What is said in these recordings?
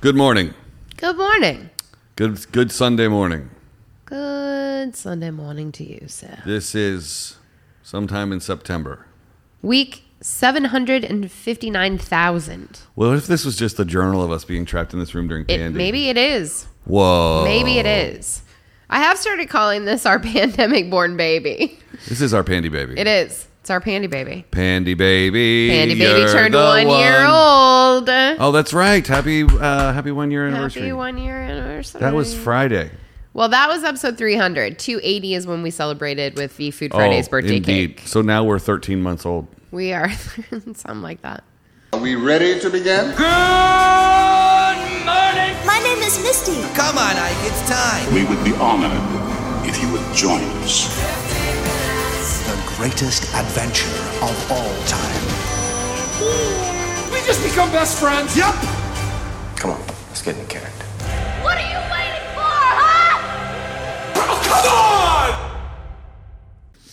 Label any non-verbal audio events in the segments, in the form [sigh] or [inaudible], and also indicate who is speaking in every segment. Speaker 1: Good morning.
Speaker 2: Good morning.
Speaker 1: Good good Sunday morning.
Speaker 2: Good Sunday morning to you, sir.
Speaker 1: This is sometime in September.
Speaker 2: Week 759,000.
Speaker 1: Well, what if this was just the journal of us being trapped in this room during
Speaker 2: It-
Speaker 1: pandemic?
Speaker 2: Maybe it is.
Speaker 1: Whoa.
Speaker 2: Maybe it
Speaker 1: Oh.
Speaker 2: is. I have started calling this our [laughs] pandemic born baby.
Speaker 1: This is our pandy baby.
Speaker 2: It is. It's our pandy baby.
Speaker 1: Pandy baby.
Speaker 2: Pandy baby
Speaker 1: you're
Speaker 2: turned
Speaker 1: the
Speaker 2: one, year old.
Speaker 1: Oh, that's right. Happy uh, happy one year anniversary.
Speaker 2: Happy one year anniversary.
Speaker 1: That was Friday.
Speaker 2: well, that was episode 300. 280 is when we celebrated with the Food Friday's
Speaker 1: oh,
Speaker 2: birthday
Speaker 1: indeed.
Speaker 2: cake.
Speaker 1: So now we're 13 months old.
Speaker 2: We are [laughs] something like that.
Speaker 3: Are we ready to begin?
Speaker 4: My name is Misty.
Speaker 5: Come on, Ike, it's time.
Speaker 6: We would be honored if you would join us.
Speaker 5: The greatest adventure of all time.
Speaker 7: We just become best friends. Yep.
Speaker 8: Come on, let's get in character.
Speaker 4: What are you waiting for, huh?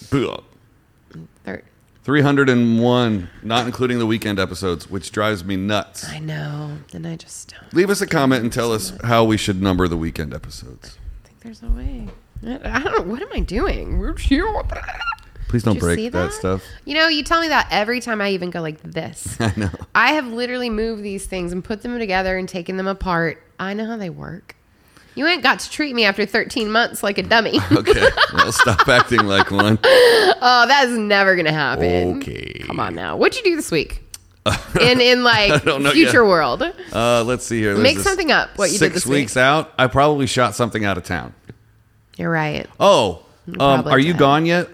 Speaker 1: Blah.
Speaker 2: Thir-
Speaker 1: 301, not including the weekend episodes, which drives me nuts.
Speaker 2: I know. And I just don't.
Speaker 1: Leave us a comment and tell us how we should number the weekend episodes.
Speaker 2: think there's a way. I I don't. What am I doing?
Speaker 1: Please don't
Speaker 2: Did you
Speaker 1: break
Speaker 2: see
Speaker 1: that? stuff.
Speaker 2: [laughs] You know, you tell me that every time I even go like this.
Speaker 1: [laughs] I know.
Speaker 2: I have literally moved these things and put them together and taken them apart. I know how they work. You ain't got to treat me after 13 months like
Speaker 1: [laughs]
Speaker 2: a dummy.
Speaker 1: Okay. Well, stop acting like one.
Speaker 2: oh, that is never gonna happen.
Speaker 1: Okay.
Speaker 2: Come on now. What'd you do this week?
Speaker 1: [laughs]
Speaker 2: In in like
Speaker 1: don't know
Speaker 2: future
Speaker 1: yet.
Speaker 2: world.
Speaker 1: Uh, let's see here. There's
Speaker 2: Make
Speaker 1: this
Speaker 2: something up, what you did
Speaker 1: six
Speaker 2: this week.
Speaker 1: weeks out. I probably shot something out of town.
Speaker 2: You're right.
Speaker 1: Oh, um,
Speaker 2: probably
Speaker 1: are you
Speaker 2: did.
Speaker 1: gone yet?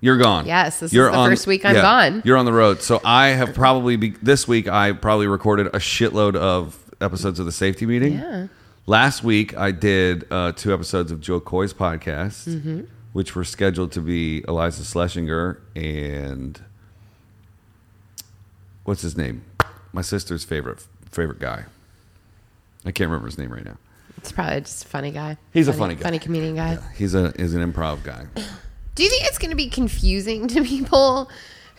Speaker 1: You're gone.
Speaker 2: Yes, this is the first week I'm
Speaker 1: yeah,
Speaker 2: gone.
Speaker 1: You're on the road, so I have probably be, this week. I probably recorded a shitload of episodes of the safety meeting.
Speaker 2: Yeah.
Speaker 1: Last week I did uh, two episodes of Joe Coy's podcast,
Speaker 2: Mm-hmm.
Speaker 1: which were scheduled to be Eliza Schlesinger and what's his name? My sister's favorite favorite guy. I can't remember his name right now.
Speaker 2: It's probably just a funny guy.
Speaker 1: He's a funny guy.
Speaker 2: Funny comedian guy.
Speaker 1: He's a is an improv guy.
Speaker 2: Do you think it's going to be confusing [laughs] to people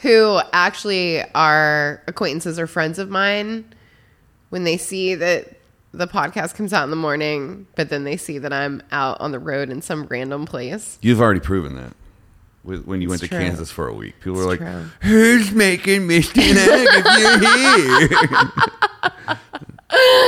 Speaker 2: who actually are acquaintances or friends of mine when they see that the podcast comes out in the morning, but then they see that I'm out on the road in some random place?
Speaker 1: You've already proven that. With- When you went
Speaker 2: It's
Speaker 1: to
Speaker 2: true.
Speaker 1: Kansas for a week, people were like,
Speaker 2: It's true.
Speaker 1: "Who's making Misty and Egg if you're here?"
Speaker 2: [laughs]
Speaker 1: [laughs]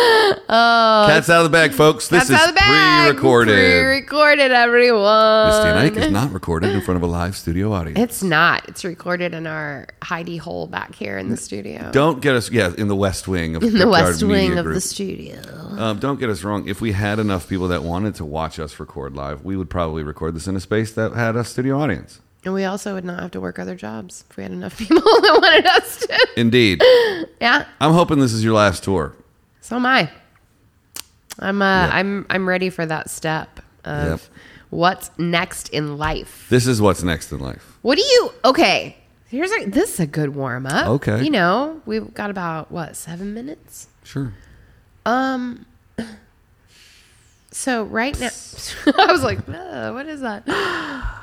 Speaker 1: Cat's out of the bag, folks. This
Speaker 2: That's Oh, out
Speaker 1: is
Speaker 2: of the bag.
Speaker 1: pre-recorded.
Speaker 2: Pre-recorded, everyone.
Speaker 1: Misty and Ike is not recorded in front of a live studio audience.
Speaker 2: It's not. It's recorded in our hidey hole back here in the studio.
Speaker 1: don't get us, yeah, in the West Wing of
Speaker 2: [laughs] in the west wing of
Speaker 1: Group.
Speaker 2: the studio.
Speaker 1: Um, don't get us wrong. If we had enough people that wanted to watch us record live, we would probably record this in a space that had a studio audience.
Speaker 2: And we also would not have to work other jobs if we had enough [laughs] people that wanted us to. [gasps]
Speaker 1: Indeed,
Speaker 2: Yeah.
Speaker 1: I'm hoping this is your last tour.
Speaker 2: So am I. I'm uh, I'm I'm ready for that step of
Speaker 1: Yep.
Speaker 2: what's next in life.
Speaker 1: This is what's next in life.
Speaker 2: What do you? Okay, here's a, this is a good warm up.
Speaker 1: Okay.
Speaker 2: you know we've got about what seven minutes.
Speaker 1: Sure.
Speaker 2: So right now, [laughs] I was like, "Uh, what is that?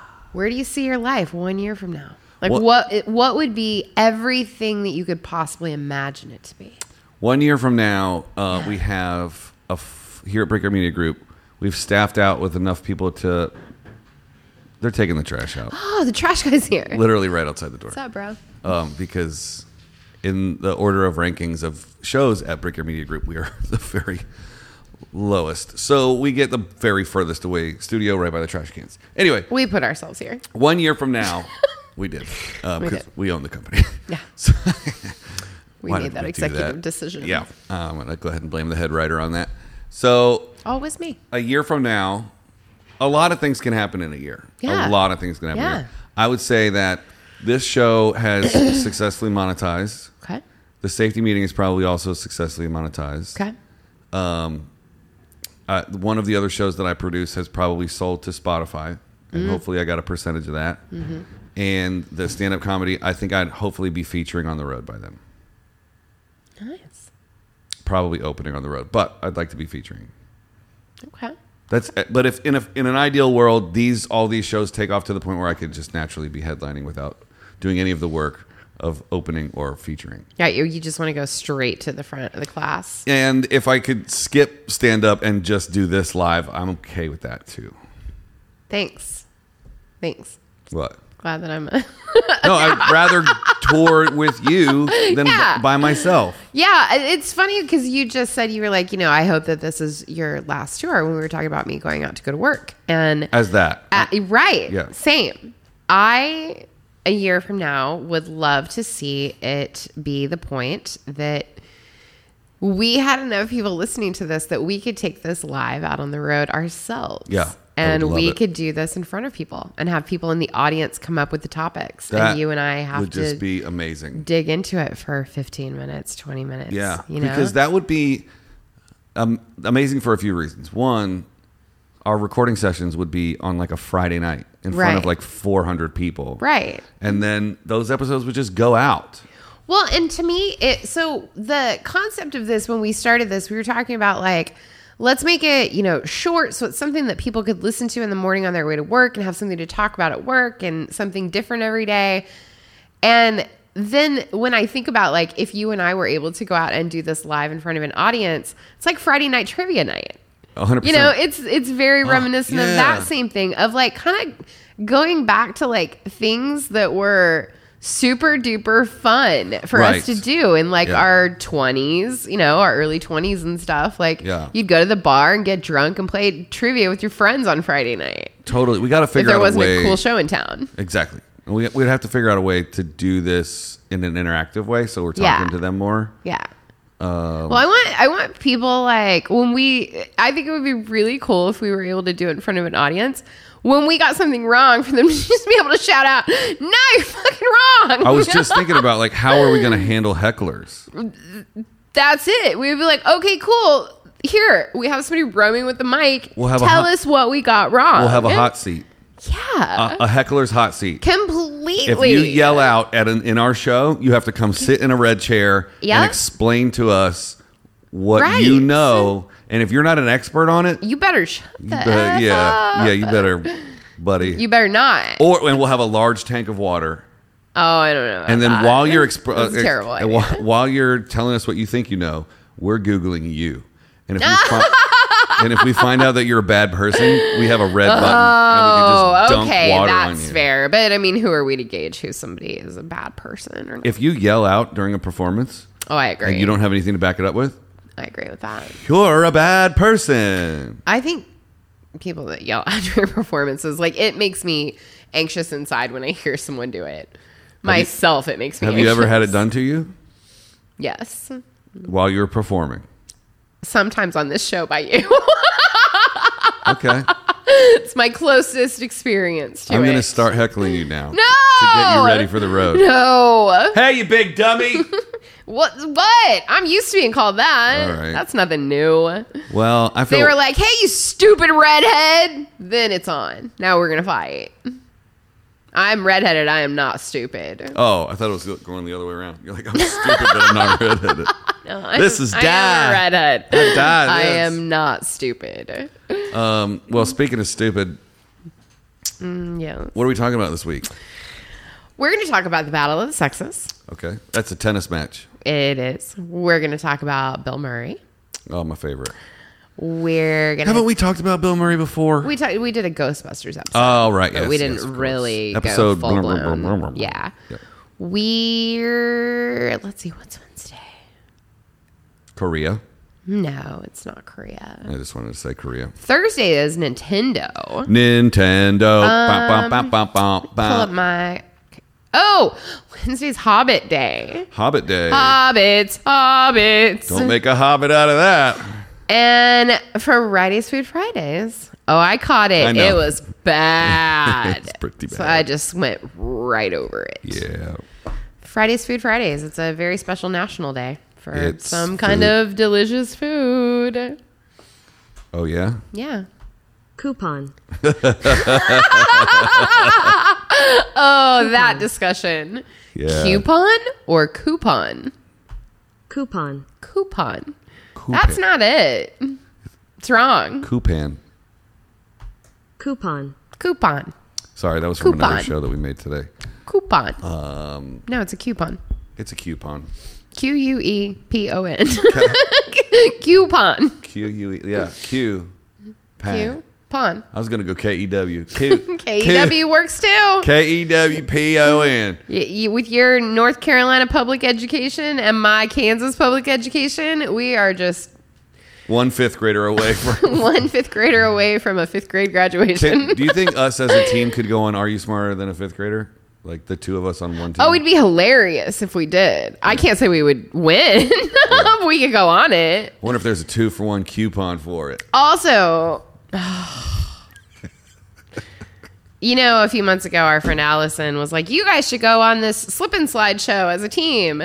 Speaker 2: [gasps] Where do you see your life one year from now? Like
Speaker 1: What-
Speaker 2: what it- what would be everything that you could possibly imagine it to be?
Speaker 1: One year from now, uh, we have a f- here at Breaker Media Group. We've staffed out with enough people to. They're taking the trash
Speaker 2: [gasps]
Speaker 1: out,
Speaker 2: Oh, the trash guy's here.
Speaker 1: literally right outside the door.
Speaker 2: What's up, bro?
Speaker 1: Um, because in the order of rankings of shows at Breaker Media Group, we are [laughs] the very lowest. So we get the very furthest away studio right by the trash cans. Anyway,
Speaker 2: We put ourselves here.
Speaker 1: one year from
Speaker 2: [laughs]
Speaker 1: now, we did uh, because
Speaker 2: We
Speaker 1: we,
Speaker 2: did.
Speaker 1: own the company.
Speaker 2: [laughs] Yeah.
Speaker 1: [laughs] So-
Speaker 2: We
Speaker 1: Why
Speaker 2: made
Speaker 1: did
Speaker 2: that
Speaker 1: we do
Speaker 2: executive
Speaker 1: that?
Speaker 2: decision.
Speaker 1: Yeah, uh, I'm gonna go ahead and blame the head writer on that. So
Speaker 2: Oh, it was me.
Speaker 1: a year from now, a lot of things can happen in a year. A
Speaker 2: Yeah.
Speaker 1: lot of things can happen. In a
Speaker 2: Yeah.
Speaker 1: year. I would say that this show
Speaker 2: [coughs]
Speaker 1: has successfully monetized.
Speaker 2: Okay.
Speaker 1: The safety meeting is probably also successfully monetized.
Speaker 2: Okay.
Speaker 1: Uh, one of the other shows that I produce has probably sold to Spotify, and hopefully I got a percentage of that. And the stand-up comedy, I think I'd hopefully be featuring on the road by then.
Speaker 2: Nice.
Speaker 1: Probably opening on the road, but I'd like to be featuring.
Speaker 2: Okay.
Speaker 1: That's eh, but if in a, in an ideal world, these all these shows take off to the point where I could just naturally be headlining without doing any of the work of opening or featuring.
Speaker 2: Yeah, you, you just want to go straight to the front of the class.
Speaker 1: And if I could skip stand up and just do this live, I'm okay with that too.
Speaker 2: Thanks. Thanks.
Speaker 1: What?
Speaker 2: Glad that I'm. [laughs]
Speaker 1: No, I'd rather tour with you than b-
Speaker 2: Yeah.
Speaker 1: by myself.
Speaker 2: yeah, i- it's funny because you just said you were like, you know, I hope that this is your last tour when we were talking about me going out to go to work. And
Speaker 1: As that.
Speaker 2: Uh, right.
Speaker 1: Yeah.
Speaker 2: Same. I a year from now would love to see it be the point that we had enough people listening to this that we could take this live out on the road ourselves.
Speaker 1: Yeah, I would
Speaker 2: And
Speaker 1: love
Speaker 2: we
Speaker 1: it.
Speaker 2: could do this in front of people and have people in the audience come up with the topics.
Speaker 1: that
Speaker 2: and you and I have
Speaker 1: would just
Speaker 2: to
Speaker 1: be amazing.
Speaker 2: dig into it for 15 minutes, 20 minutes.
Speaker 1: Yeah,
Speaker 2: You know?
Speaker 1: because that would be um, amazing for a few reasons. One, our recording sessions would be on like a Friday night in front of
Speaker 2: Right.
Speaker 1: like 400 people.
Speaker 2: Right.
Speaker 1: And then those episodes would just go out.
Speaker 2: Well, and to me, it so the concept of this when we started this, we were talking about like let's make it, you know, short so it's something that people could listen to in the morning on their way to work and have something to talk about at work and something different every day. And then when I think about like if you and I were able to go out and do this live in front of an audience, it's like Friday night trivia night.
Speaker 1: 100%.
Speaker 2: You know, it's it's very reminiscent of
Speaker 1: oh, yeah.
Speaker 2: that same thing of like kind of going back to like things that were super duper fun for
Speaker 1: Right.
Speaker 2: us to do in like
Speaker 1: Yeah.
Speaker 2: our 20s, you know, our early 20s and stuff. Like
Speaker 1: Yeah.
Speaker 2: you'd go to the bar and get drunk and play trivia with your friends on Friday night.
Speaker 1: totally. We got to
Speaker 2: If
Speaker 1: figure
Speaker 2: there
Speaker 1: out
Speaker 2: wasn't
Speaker 1: a way.
Speaker 2: a cool show in town.
Speaker 1: Exactly. And We, we'd have to figure out a way to do this in an interactive way. So we're talking
Speaker 2: Yeah.
Speaker 1: to them more.
Speaker 2: Yeah.
Speaker 1: Um,
Speaker 2: well, I want I want people like when we. I think it would be really cool if we were able to do it in front of an audience. When we got something wrong, for them [laughs] to just be able to shout out, "No, you're fucking wrong."
Speaker 1: I was just thinking about like, how are we going to handle hecklers?
Speaker 2: [laughs] That's it. We would be like, "Okay, cool. Here we have somebody roaming with the mic.
Speaker 1: We'll have a
Speaker 2: Tell
Speaker 1: hot-
Speaker 2: us what we got wrong.
Speaker 1: We'll have a hot seat,
Speaker 2: yeah,
Speaker 1: a, a heckler's hot seat. if
Speaker 2: completely.
Speaker 1: you yell out at an, in our show, you have to come sit in a red chair
Speaker 2: Yeah.
Speaker 1: and explain to us what you
Speaker 2: Right.
Speaker 1: know. And if you're not an expert on it, you
Speaker 2: you better shut the
Speaker 1: better,
Speaker 2: F
Speaker 1: yeah,
Speaker 2: up.
Speaker 1: yeah, you better, buddy.
Speaker 2: You better not. Oh,
Speaker 1: or and we'll have a large tank of water,
Speaker 2: I don't know. about
Speaker 1: and then
Speaker 2: that.
Speaker 1: while you're exp-
Speaker 2: That's a
Speaker 1: uh,
Speaker 2: terrible
Speaker 1: uh,
Speaker 2: idea.
Speaker 1: while, while you're telling us what you think you know, we're googling you, and if
Speaker 2: [laughs]
Speaker 1: we find, and if we find out that you're a bad person, we have a red button. and we can just
Speaker 2: Oh,
Speaker 1: dump
Speaker 2: okay,
Speaker 1: water on
Speaker 2: that's
Speaker 1: you.
Speaker 2: fair. But I mean, who are we to gauge who somebody is a bad person or not?
Speaker 1: If you yell out during a performance
Speaker 2: oh, I agree.
Speaker 1: and you don't have anything to back it up with,
Speaker 2: I agree with that.
Speaker 1: you're a bad person.
Speaker 2: I think people that yell [laughs] at your performances, like it makes me anxious inside when I hear someone do it. Myself, it makes me.
Speaker 1: Have you ever
Speaker 2: anxious.
Speaker 1: had it done to you
Speaker 2: Yes,
Speaker 1: while you were performing?
Speaker 2: sometimes on this show by you. [laughs]
Speaker 1: Okay.
Speaker 2: it's my closest experience to
Speaker 1: I'm
Speaker 2: it.
Speaker 1: going to start heckling you now. No! To get
Speaker 2: No!
Speaker 1: you ready for the road.
Speaker 2: No,
Speaker 1: Hey, you big dummy.
Speaker 2: Oh! [laughs] what? What? I'm used to being called that.
Speaker 1: All right.
Speaker 2: That's nothing new.
Speaker 1: well, I feel
Speaker 2: They were like, "Hey, you stupid redhead!" Then it's on. Now we're gonna fight. I'm redheaded. I am not stupid.
Speaker 1: Oh, I thought it was going the other way around. You're like, I'm stupid, but I'm not [laughs] redheaded.
Speaker 2: No,
Speaker 1: Uh, this is
Speaker 2: I
Speaker 1: dad.
Speaker 2: am a redhead.
Speaker 1: dad,
Speaker 2: [laughs] I
Speaker 1: yes.
Speaker 2: am not stupid.
Speaker 1: Um, well, speaking of stupid,
Speaker 2: Yeah,
Speaker 1: what are we talking about this week?
Speaker 2: we're gonna talk about the battle of the sexes.
Speaker 1: Okay. That's a tennis match.
Speaker 2: It is. We're gonna talk about Bill Murray.
Speaker 1: Oh, my favorite.
Speaker 2: We're gonna.
Speaker 1: Haven't we talked about Bill Murray before?
Speaker 2: we talked. We did a Ghostbusters episode.
Speaker 1: Oh, right. Yes,
Speaker 2: but we
Speaker 1: yes,
Speaker 2: didn't
Speaker 1: of course.
Speaker 2: really
Speaker 1: Episode
Speaker 2: go full
Speaker 1: blah, blah,
Speaker 2: blown.
Speaker 1: blah, blah, blah.
Speaker 2: Yeah.
Speaker 1: Yep.
Speaker 2: We're let's see what's Wednesday.
Speaker 1: Korea.
Speaker 2: No, it's not Korea.
Speaker 1: I just wanted to say Korea.
Speaker 2: Thursday is Nintendo.
Speaker 1: Nintendo. Bum, bum, bum, bum, bum,
Speaker 2: Um, Pull up
Speaker 1: bum.
Speaker 2: my. Oh, Wednesday's Hobbit Day.
Speaker 1: Hobbit Day.
Speaker 2: Hobbits, hobbits.
Speaker 1: Don't make a hobbit out of that.
Speaker 2: and for Friday's Food Fridays. Oh, I caught it.
Speaker 1: I know.
Speaker 2: It was
Speaker 1: [laughs]
Speaker 2: bad.
Speaker 1: It's pretty
Speaker 2: So
Speaker 1: bad.
Speaker 2: I just went right over it.
Speaker 1: Yeah.
Speaker 2: Friday's Food Fridays. It's a very special national day for
Speaker 1: It's
Speaker 2: some kind
Speaker 1: food.
Speaker 2: of delicious food.
Speaker 1: Oh, yeah?
Speaker 2: Yeah.
Speaker 9: Coupon.
Speaker 2: Oh, that discussion.
Speaker 1: Yeah.
Speaker 2: Coupon or coupon?
Speaker 9: Coupon.
Speaker 2: Coupon.
Speaker 1: Coupan.
Speaker 2: That's not it. It's wrong.
Speaker 1: Coupan.
Speaker 9: Coupon.
Speaker 2: Coupon.
Speaker 1: Sorry, that was from another
Speaker 2: Coupon.
Speaker 1: show that we made today.
Speaker 2: coupon.
Speaker 1: Um,
Speaker 2: no, it's a coupon.
Speaker 1: It's a coupon.
Speaker 2: Q U E P O N. [laughs] Coupon.
Speaker 1: Q U E. Yeah. Q. Pan.
Speaker 2: Q. Pon.
Speaker 1: I was gonna go K E W.
Speaker 2: [laughs]
Speaker 1: Q-
Speaker 2: K E W works too.
Speaker 1: K E W P O N.
Speaker 2: Y- you, with your North Carolina public education and my Kansas public education, we are just
Speaker 1: One fifth grader away from.
Speaker 2: [laughs] one fifth grader away from a fifth grade graduation.
Speaker 1: Can, do you think us as a team could go on Are You Smarter Than a Fifth Grader? Like the two of us on one team.
Speaker 2: Oh, it'd be hilarious if we did. I can't say we would win. [laughs] we could go on it.
Speaker 1: Wonder if there's a two for one coupon for it.
Speaker 2: Also, [sighs] you know, a few months ago, our friend Allison was like, "You guys should go on this slip and slide show as a team."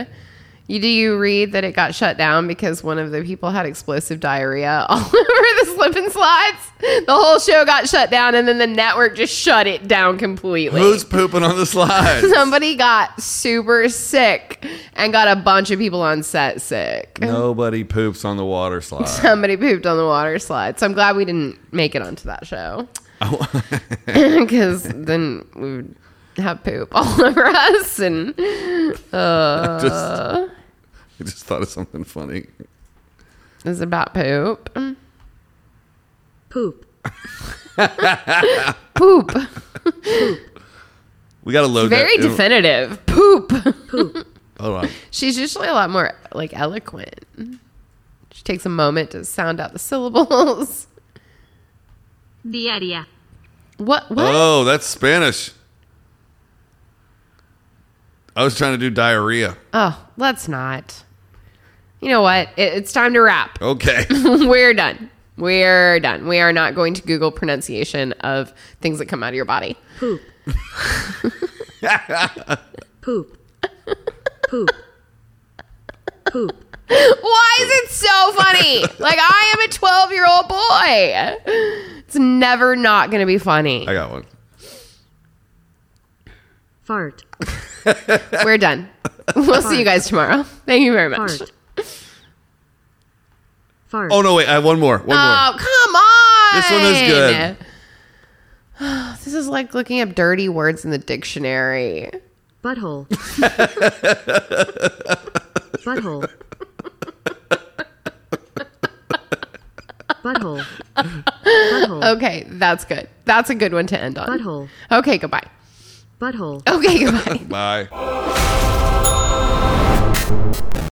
Speaker 2: You, do you read that it got shut down because one of the people had explosive diarrhea [laughs] all over the slip and slides? The whole show got shut down, and then the network just shut it down completely.
Speaker 1: Who's pooping on the slide?
Speaker 2: [laughs] Somebody got super sick and got a bunch of people on set sick.
Speaker 1: Nobody poops on the water slide. [laughs]
Speaker 2: Somebody pooped on the water slide. So I'm glad we didn't make it onto that show. [laughs] Because then we would have poop all [laughs] over us. And
Speaker 1: just, I
Speaker 2: Uh.
Speaker 1: just thought of something funny.
Speaker 2: it's about poop.
Speaker 9: poop,
Speaker 2: Poop.
Speaker 1: We got to load
Speaker 2: Very
Speaker 1: that.
Speaker 2: definitive. Poop. [laughs]
Speaker 9: poop,
Speaker 1: Hold on.
Speaker 2: She's usually a lot more like eloquent. She takes a moment to sound out the syllables. [laughs]
Speaker 9: diaria,
Speaker 2: What? What?
Speaker 1: Oh, that's Spanish. I was trying to do diarrhea.
Speaker 2: Oh, let's not. You know what? It, it's time to wrap.
Speaker 1: Okay.
Speaker 2: [laughs]
Speaker 1: [laughs]
Speaker 2: We're done. We're done. We are not going to Google pronunciation of things that come out of your body.
Speaker 9: poop, poop, poop, poop,
Speaker 2: Why is it so
Speaker 1: [laughs]
Speaker 2: funny? like I am a 12 year old boy. It's never not going to be funny.
Speaker 1: I got one.
Speaker 9: fart,
Speaker 2: We're done. We'll see you guys tomorrow. Thank you very much.
Speaker 9: fart, fart,
Speaker 1: Oh, no, wait. I have one more. One more.
Speaker 2: Oh, come on.
Speaker 1: This one is good.
Speaker 2: [sighs] This is like looking up dirty words in the dictionary.
Speaker 9: butthole, butthole, butthole, butthole,
Speaker 2: Okay, that's good. That's a good one to end on.
Speaker 9: butthole,
Speaker 2: Okay, [laughs] goodbye.
Speaker 9: butthole.
Speaker 2: Okay, goodbye.
Speaker 1: Bye.